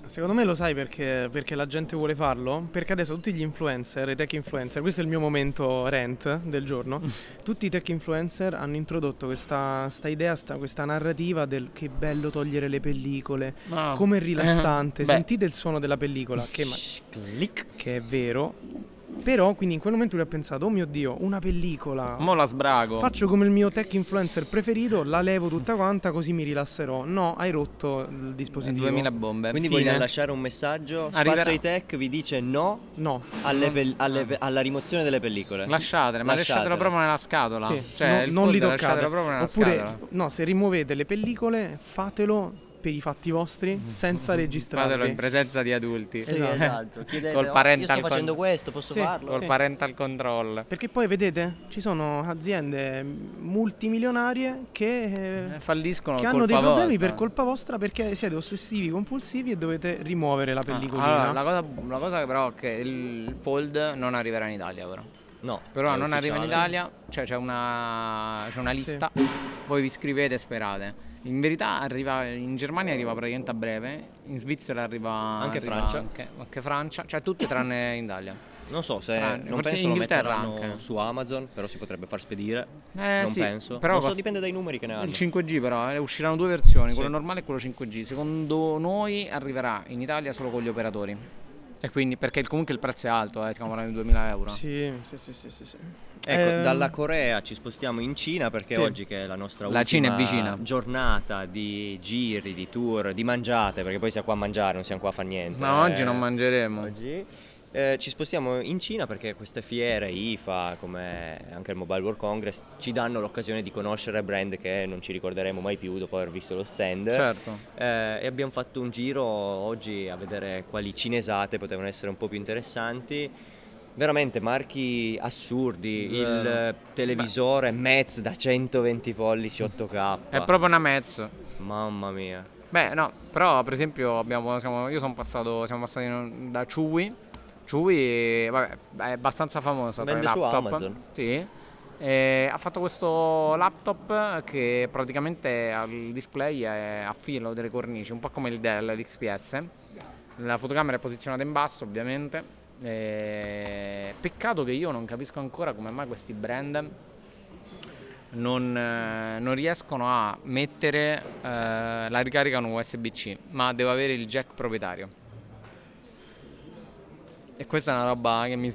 C: Secondo me lo sai perché, perché la gente vuole farlo? Perché adesso tutti gli influencer, i tech influencer, questo è il mio momento rant del giorno, tutti i tech influencer hanno introdotto questa, sta idea, sta- questa narrativa del che bello togliere le pellicole,
A: No.
C: come è rilassante,
A: Beh.
C: sentite il suono della pellicola, che, ma-
D: Click!
C: che è vero, però quindi in quel momento lui ha pensato, oh mio Dio, una pellicola,
A: Mo la sbrago.
C: Faccio come il mio tech influencer preferito, la levo tutta quanta così mi rilasserò. No, hai rotto il dispositivo.
A: 2000 bombe.
D: Quindi
C: Fine.
D: vogliamo lasciare un messaggio,
A: Arriverà. Mm.
D: Spazio Tech vi dice no
C: No.
D: alle pel- alle pe- alla rimozione delle pellicole.
A: Lasciatele, ma lasciatela
D: Lasciatela.
A: proprio nella scatola.
C: Sì,
A: Cioè,
C: no-
A: il
C: non li
A: folder lasciatelo
C: toccate.
A: proprio nella
C: Oppure,
A: scatola.
C: no, se rimuovete le pellicole, fatelo per i fatti vostri senza registrarvi.
A: Mm. Fatelo in presenza di adulti.
D: Sì, esatto. Chiedete,
A: eh. Col
D: "Oh, io
A: parental
D: sto facendo
A: con-
D: questo, posso
C: Sì.
D: farlo?
A: Col
C: Sì.
A: parental control.
C: Perché poi vedete, ci sono aziende multimilionarie che, eh,
A: Eh, Falliscono
C: che
A: colpa
C: hanno dei problemi
A: vostra.
C: per colpa vostra perché siete ossessivi, compulsivi e dovete rimuovere la
A: Ah,
C: pellicolina.
A: allora, la cosa, la cosa che però è che il fold non arriverà in Italia però.
D: No.
A: Però
D: è
A: non arriva in
D: ufficiale.
A: Italia, cioè c'è una, c'è una lista, voi vi iscrivete e sperate. In verità arriva, in Germania arriva praticamente a breve, in Svizzera arriva
D: Anche
A: arriva
D: Francia.
A: anche, anche Francia, cioè tutte tranne in Italia.
D: Non so se
A: Fra-
D: non
A: Ah, forse
D: penso lo
A: Inghilterra
D: metteranno
A: anche.
D: su Amazon, però si potrebbe far spedire.
A: Eh,
D: non
A: sì,
D: penso.
A: però
D: non so,
A: costa-
D: dipende dai numeri che ne hanno.
A: Il 5G però, eh, usciranno due versioni,
D: Sì.
A: quello normale e quello 5G. Secondo noi arriverà in Italia solo con gli operatori. E quindi, perché il- comunque il prezzo è alto, eh, stiamo parlando di 2000 euro.
C: Sì, sì, sì, sì, sì, sì.
D: Ecco,
C: Ehm,
D: dalla Corea ci spostiamo in Cina perché
C: Sì.
D: oggi che è la nostra
A: La Cina è
D: ultima
A: vicina.
D: giornata di giri, di tour, di mangiate, perché poi siamo qua a mangiare, non siamo qua a fare niente.
A: No,
D: eh.
A: oggi non mangeremo.
D: Oggi. eh, ci spostiamo in Cina perché queste fiere, IFA, come anche il Mobile World Congress, ci danno l'occasione di conoscere brand che non ci ricorderemo mai più dopo aver visto lo stand.
A: Certo.
D: Eh, e abbiamo fatto un giro oggi a vedere quali cinesate potevano essere un po' più interessanti. Veramente marchi assurdi,
A: Zero.
D: il eh, televisore Metz da 120 pollici 8K.
A: È proprio una mezza.
D: Mamma mia.
A: Beh, no, però per esempio abbiamo, siamo- io sono passato, siamo passati in- da Chewy. Chewy vabbè, è abbastanza famoso
D: Vende
A: tra i
D: su
A: laptop.
D: Amazon.
A: Sì. E ha fatto questo laptop che praticamente ha il display è a filo delle cornici, un po' come il Dell, l'XPS. La fotocamera è posizionata in basso, ovviamente. E Peccato che io non capisco ancora come mai questi brand non, eh, non riescono a mettere eh, la ricarica con USB-C, ma devo avere il jack proprietario. E questa è una roba che mi.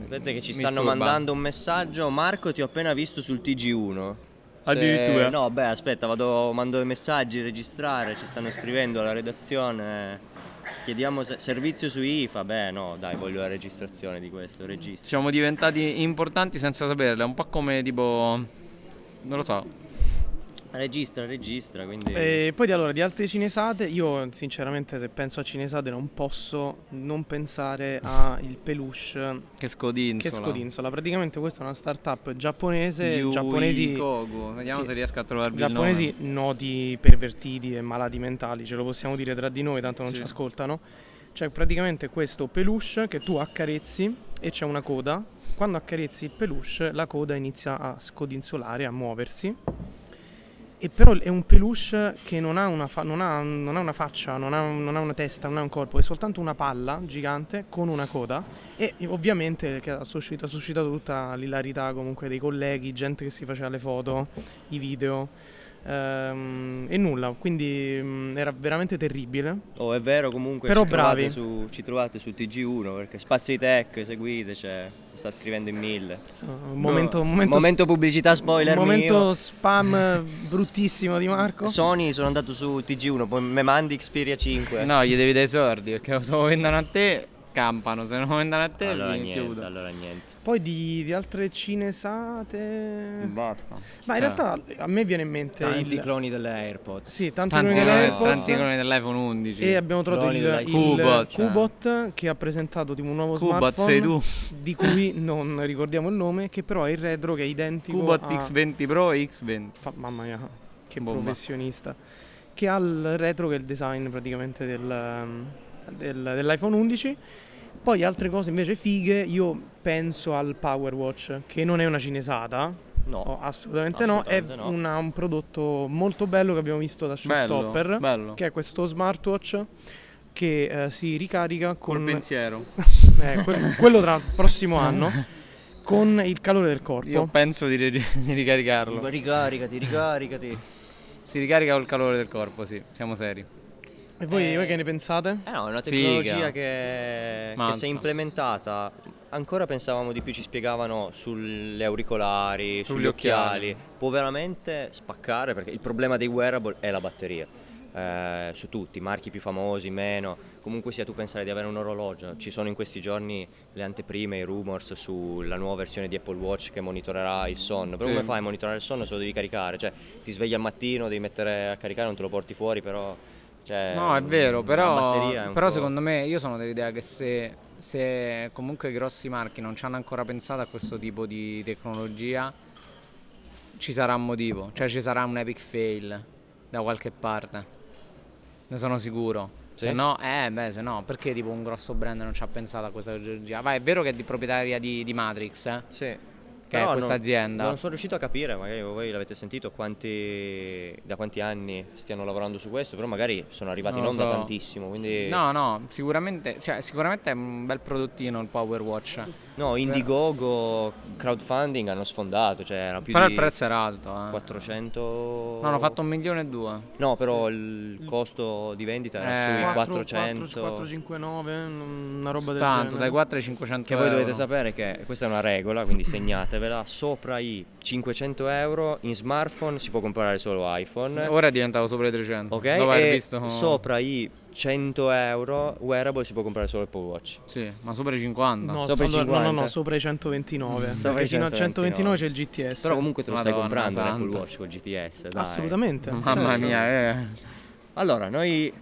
D: Vedete che ci stanno mandando un messaggio. Marco, ti ho appena visto sul TG1. Se-
A: Addirittura.
D: no, beh, aspetta, vado, mando i messaggi, registrare, ci stanno scrivendo alla redazione. Chiediamo se- servizio su IFA. Beh, no, dai, voglio la registrazione di questo, registro.
A: Siamo diventati importanti senza saperlo. È un po' come tipo. Non lo so.
D: Registra, registra, quindi
C: E poi di allora di altre cinesate, io sinceramente se penso a cinesate non posso non pensare al peluche
A: Che scodinzola.
C: che scodinzola. Praticamente questa è una startup giapponese,
A: Yui
C: giapponesi
A: Kogo. Vediamo
C: sì.
A: se riesco a trovarvi eh. il
C: giapponesi noti pervertiti e malati mentali, ce lo possiamo dire tra di noi, tanto non
A: Sì.
C: ci ascoltano. C'è praticamente questo peluche che tu accarezzi e c'è una coda. Quando accarezzi il peluche, la coda inizia a scodinzolare, a muoversi. E però è un peluche che non ha una, fa- non ha- non ha una faccia, non ha, non ha una testa, non ha un corpo, è soltanto una palla gigante con una coda e e ovviamente che ha, suscit- ha suscitato tutta l'ilarità comunque dei colleghi, gente che si faceva le foto, i video ehm, e nulla, quindi mm, era veramente terribile.
D: Oh, è vero comunque
C: Però
D: ci, trovate
C: bravi.
D: su, ci trovate su TG1 perché Spazi Tech, seguite, cioè, sta scrivendo in mille.
C: So, Un momento, un momento,
D: Momento pubblicità spoiler
C: un momento
D: mio.
C: spam eh, bruttissimo di
A: Ecco.
C: Marco.
D: Sony sono andato su TG1, poi me mandi Xperia 5.
A: No, gli devi dei sordi perché se lo vendono a te campano, se non lo vendono a te
D: allora
A: li
D: niente,
A: chiudo.
D: allora niente.
C: Poi di, di altre cinesate.
D: Boh,
A: Basta.
C: Ma
A: Cioè,
C: in realtà a me viene in mente
B: Tanti
C: il...
B: cloni delle AirPods.
C: Sì, tanti,
A: tanti,
C: cloni
A: cloni-
C: dell'AirPods.
A: tanti cloni dell'iPhone 11.
C: E abbiamo trovato
D: Cloni
C: il,
D: della- eh.
C: il
A: Cubot, cioè.
C: Cubot, che ha presentato tipo un nuovo
A: Cubot
C: smartphone
A: sei tu.
C: di cui non ricordiamo il nome, che però è il retro che è identico
A: Cubot
C: a...
A: X20 Pro e X20.
C: Fa- Mamma mia, che
A: Bomba.
C: professionista. Che ha il retro che è il design praticamente del, um, del- dell'iPhone 11. Poi altre cose invece fighe, io penso al Power Watch, che non è una cinesata,
D: No.
C: oh, assolutamente, no,
D: Assolutamente
C: è
D: no.
C: una- un prodotto molto bello che abbiamo visto da
A: Bello,
C: Showstopper
A: bello.
C: che è questo smartwatch che eh, si ricarica
A: Col
C: con
A: pensiero.
C: eh, que- quello tra il prossimo anno con il calore del corpo.
A: Io penso di, ri- di ricaricarlo.
D: Ricaricati, ricaricati.
A: Si ricarica col calore del corpo, sì, siamo seri.
C: E voi,
D: Eh.
C: voi che ne pensate?
D: Eh no, è una
A: Figa.
D: tecnologia che, che
A: Mazza.
D: se implementata ancora pensavamo di più, ci spiegavano sugli auricolari,
A: Sugli
D: sugli occhiali. Può veramente spaccare perché il problema dei wearable è la batteria. Eh, su tutti, marchi più famosi, meno, comunque sia tu pensare di avere un orologio. Ci sono in questi giorni le anteprime, i rumors sulla nuova versione di Apple Watch che monitorerà il sonno. Però
A: Sì.
D: come fai a monitorare il sonno se lo devi caricare? Cioè, ti svegli al mattino, devi mettere a caricare, non te lo porti fuori, però. cioè,
A: No, è vero,
D: la
A: però,
D: batteria è un
A: però
D: po'-
A: secondo me io sono dell'idea che se, se comunque i grossi marchi non ci hanno ancora pensato a questo tipo di tecnologia, ci sarà un motivo, cioè ci sarà un epic fail da qualche parte, ne sono sicuro.
D: Sì?
A: Se no, eh, beh, se no, perché tipo un grosso brand non ci ha pensato a questa tecnologia? Vai, è vero che è di proprietaria di, di Matrix, eh?
D: Sì.
A: Che è
D: Però
A: questa
D: non-
A: azienda.
D: Non sono riuscito a capire, magari voi l'avete sentito, quanti, da quanti anni stiano lavorando su questo, però magari sono arrivati
A: Non
D: non,
A: lo
D: da
A: so.
D: tantissimo, quindi...
A: No, no, sicuramente, cioè, sicuramente è un bel prodottino il Power Watch.
D: No, Indiegogo, crowdfunding hanno sfondato, cioè erano più
A: Però
D: di
A: il prezzo era alto, eh.
D: 400...
A: No, hanno fatto un milione e due.
D: No, però il costo di vendita
A: Eh,
D: era sui
C: 4,
D: 400...
C: 459, mm, una roba del
A: Tanto, dai
C: genere.
A: 4 ai 500
D: Che
A: euro.
D: voi dovete sapere che questa è una regola, quindi segnatevela, sopra i 500 euro in smartphone si può comprare solo iPhone,
A: Ora è diventato sopra i 300.
D: Ok,
A: Dopo aver
D: e
A: visto...
D: sopra i 100 euro wearable si può comprare solo Apple Watch.
A: Sì, ma sopra i Mm. 50.
C: No,
D: Sopra i
C: allora- no, no, no,
D: 50.
C: sopra i 129.
D: Sopra
C: perché
D: i
C: fino a 129
D: 129
C: c'è il GTS.
D: Però comunque te lo stai
A: Madonna
D: comprando un Apple
A: santa.
D: Watch con GTS, dai.
C: Assolutamente.
A: Mamma
C: certo.
A: mia, eh.
D: Allora, noi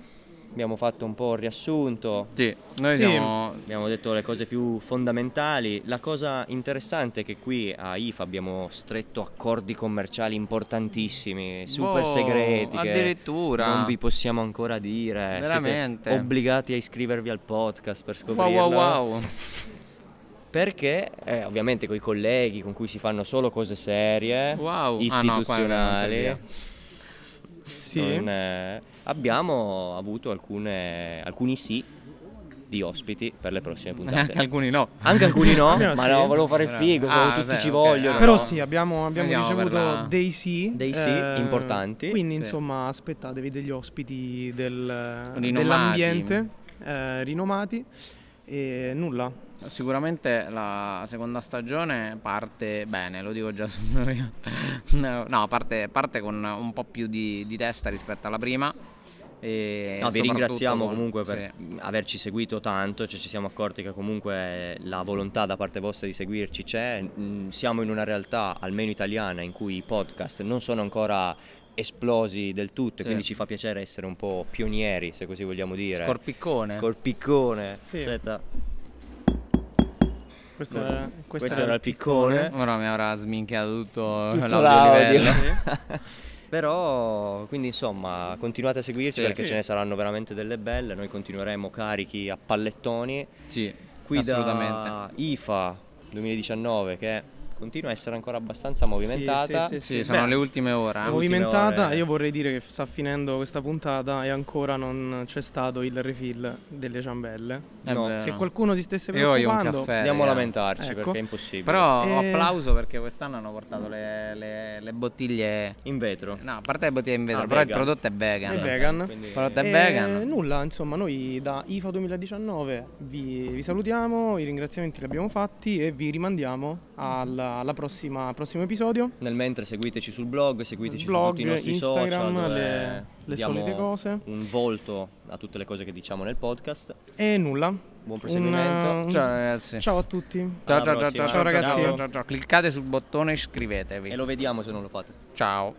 D: abbiamo fatto un po' il riassunto,
A: Sì, noi
C: Sì.
A: siamo...
D: abbiamo detto le cose più fondamentali. La cosa interessante è che qui a IFA abbiamo stretto accordi commerciali importantissimi, super
A: Boh,
D: segreti che
A: addirittura.
D: non vi possiamo ancora dire.
A: Veramente.
D: Siete obbligati a iscrivervi al podcast per
A: Wow,
D: scoprirlo.
A: wow, wow.
D: Perché eh, ovviamente con i colleghi con cui si fanno solo cose serie,
A: Wow. Ah, no, qua non
D: istituzionali,
A: serviva.
C: Sì.
D: non, eh, abbiamo avuto alcune, alcuni sì di ospiti per le prossime puntate.
A: Anche alcuni no.
D: Anche alcuni no,
C: Abbiamo
D: ma
C: sì.
D: no, volevo fare il
A: Bravo.
D: figo,
A: Ah,
D: solo tutti
A: sì,
D: ci
A: ok,
D: vogliono.
A: allora.
C: Però
A: No.
C: sì, abbiamo, abbiamo
A: Andiamo per
C: ricevuto
A: la-
C: dei sì. eh,
D: Dei sì importanti.
C: Quindi
A: Sì.
C: insomma aspettatevi degli ospiti del-
A: Rinomati.
C: dell'ambiente, eh, rinomati e nulla.
A: Sicuramente la seconda stagione parte bene, lo dico già su No, no, parte, parte con un po' più di, di testa rispetto alla prima.
D: No, Eh,
A: E
D: vi
A: soprattutto
D: ringraziamo
A: con-
D: comunque per
A: sì.
D: averci seguito tanto, cioè ci siamo accorti che comunque la volontà da parte vostra di seguirci c'è, Mm, siamo in una realtà almeno italiana in cui i podcast non sono ancora esplosi del tutto
A: Sì.
D: e quindi ci fa piacere essere un po' pionieri se così vogliamo dire.
A: Corpiccone.
D: Col piccone.
C: Sì.
D: Aspetta,
C: Questo,
D: No,
C: era, questo
D: questo era il piccone.
A: Ora mi avrà sminchiato tutto,
D: Tutto
A: l'audiolivello.
D: l'audio. Però, quindi insomma, continuate a seguirci
A: Sì.
D: perché
A: Sì.
D: ce ne saranno veramente delle belle, noi continueremo carichi a pallettoni.
A: Sì,
D: qui
A: assolutamente.
D: da IFA 2019 che continua a essere ancora abbastanza movimentata.
C: sì,
E: Sì,
C: Beh,
E: sono le ultime ore. eh.
D: ultime
C: movimentata.
D: ore-
C: Io vorrei dire che sta finendo questa puntata e ancora non c'è stato il refill delle ciambelle.
E: È
D: no,
E: vero.
C: Se qualcuno si stesse
E: Io voglio un
C: preoccupando,
E: caffè.
D: Andiamo a
E: raga.
D: lamentarci
C: Ecco.
D: perché è impossibile.
E: Però
C: Eh.
E: applauso perché quest'anno hanno portato le, le- le bottiglie.
D: in vetro.
E: No, a parte le bottiglie in vetro,
D: Ah,
E: però il
D: vegan.
E: prodotto è vegan.
C: È vegan.
D: Quindi-
E: Il prodotto è
C: Eh,
E: vegan.
C: Nulla, insomma, noi da IFA 2019 vi, vi salutiamo, i ringraziamenti li abbiamo fatti e vi rimandiamo alla, alla prossima, al prossimo episodio.
D: Nel mentre seguiteci sul blog, seguiteci su
C: Blog,
D: tutti i nostri
C: Instagram,
D: social. dove
C: le- le
D: diamo
C: solite cose.
D: Un volto a tutte le cose che diciamo nel podcast.
C: E nulla.
D: Buon
C: Un,
D: proseguimento.
C: eh, un-
E: Ciao ragazzi.
C: ciao a tutti.
E: ciao,
D: Alla
E: ciao, ciao,
D: prossima.
E: ciao,
C: Ciao, ragazzi.
E: ciao, ciao, ciao. Cliccate sul bottone e iscrivetevi.
D: E lo vediamo se non lo fate.
E: Ciao.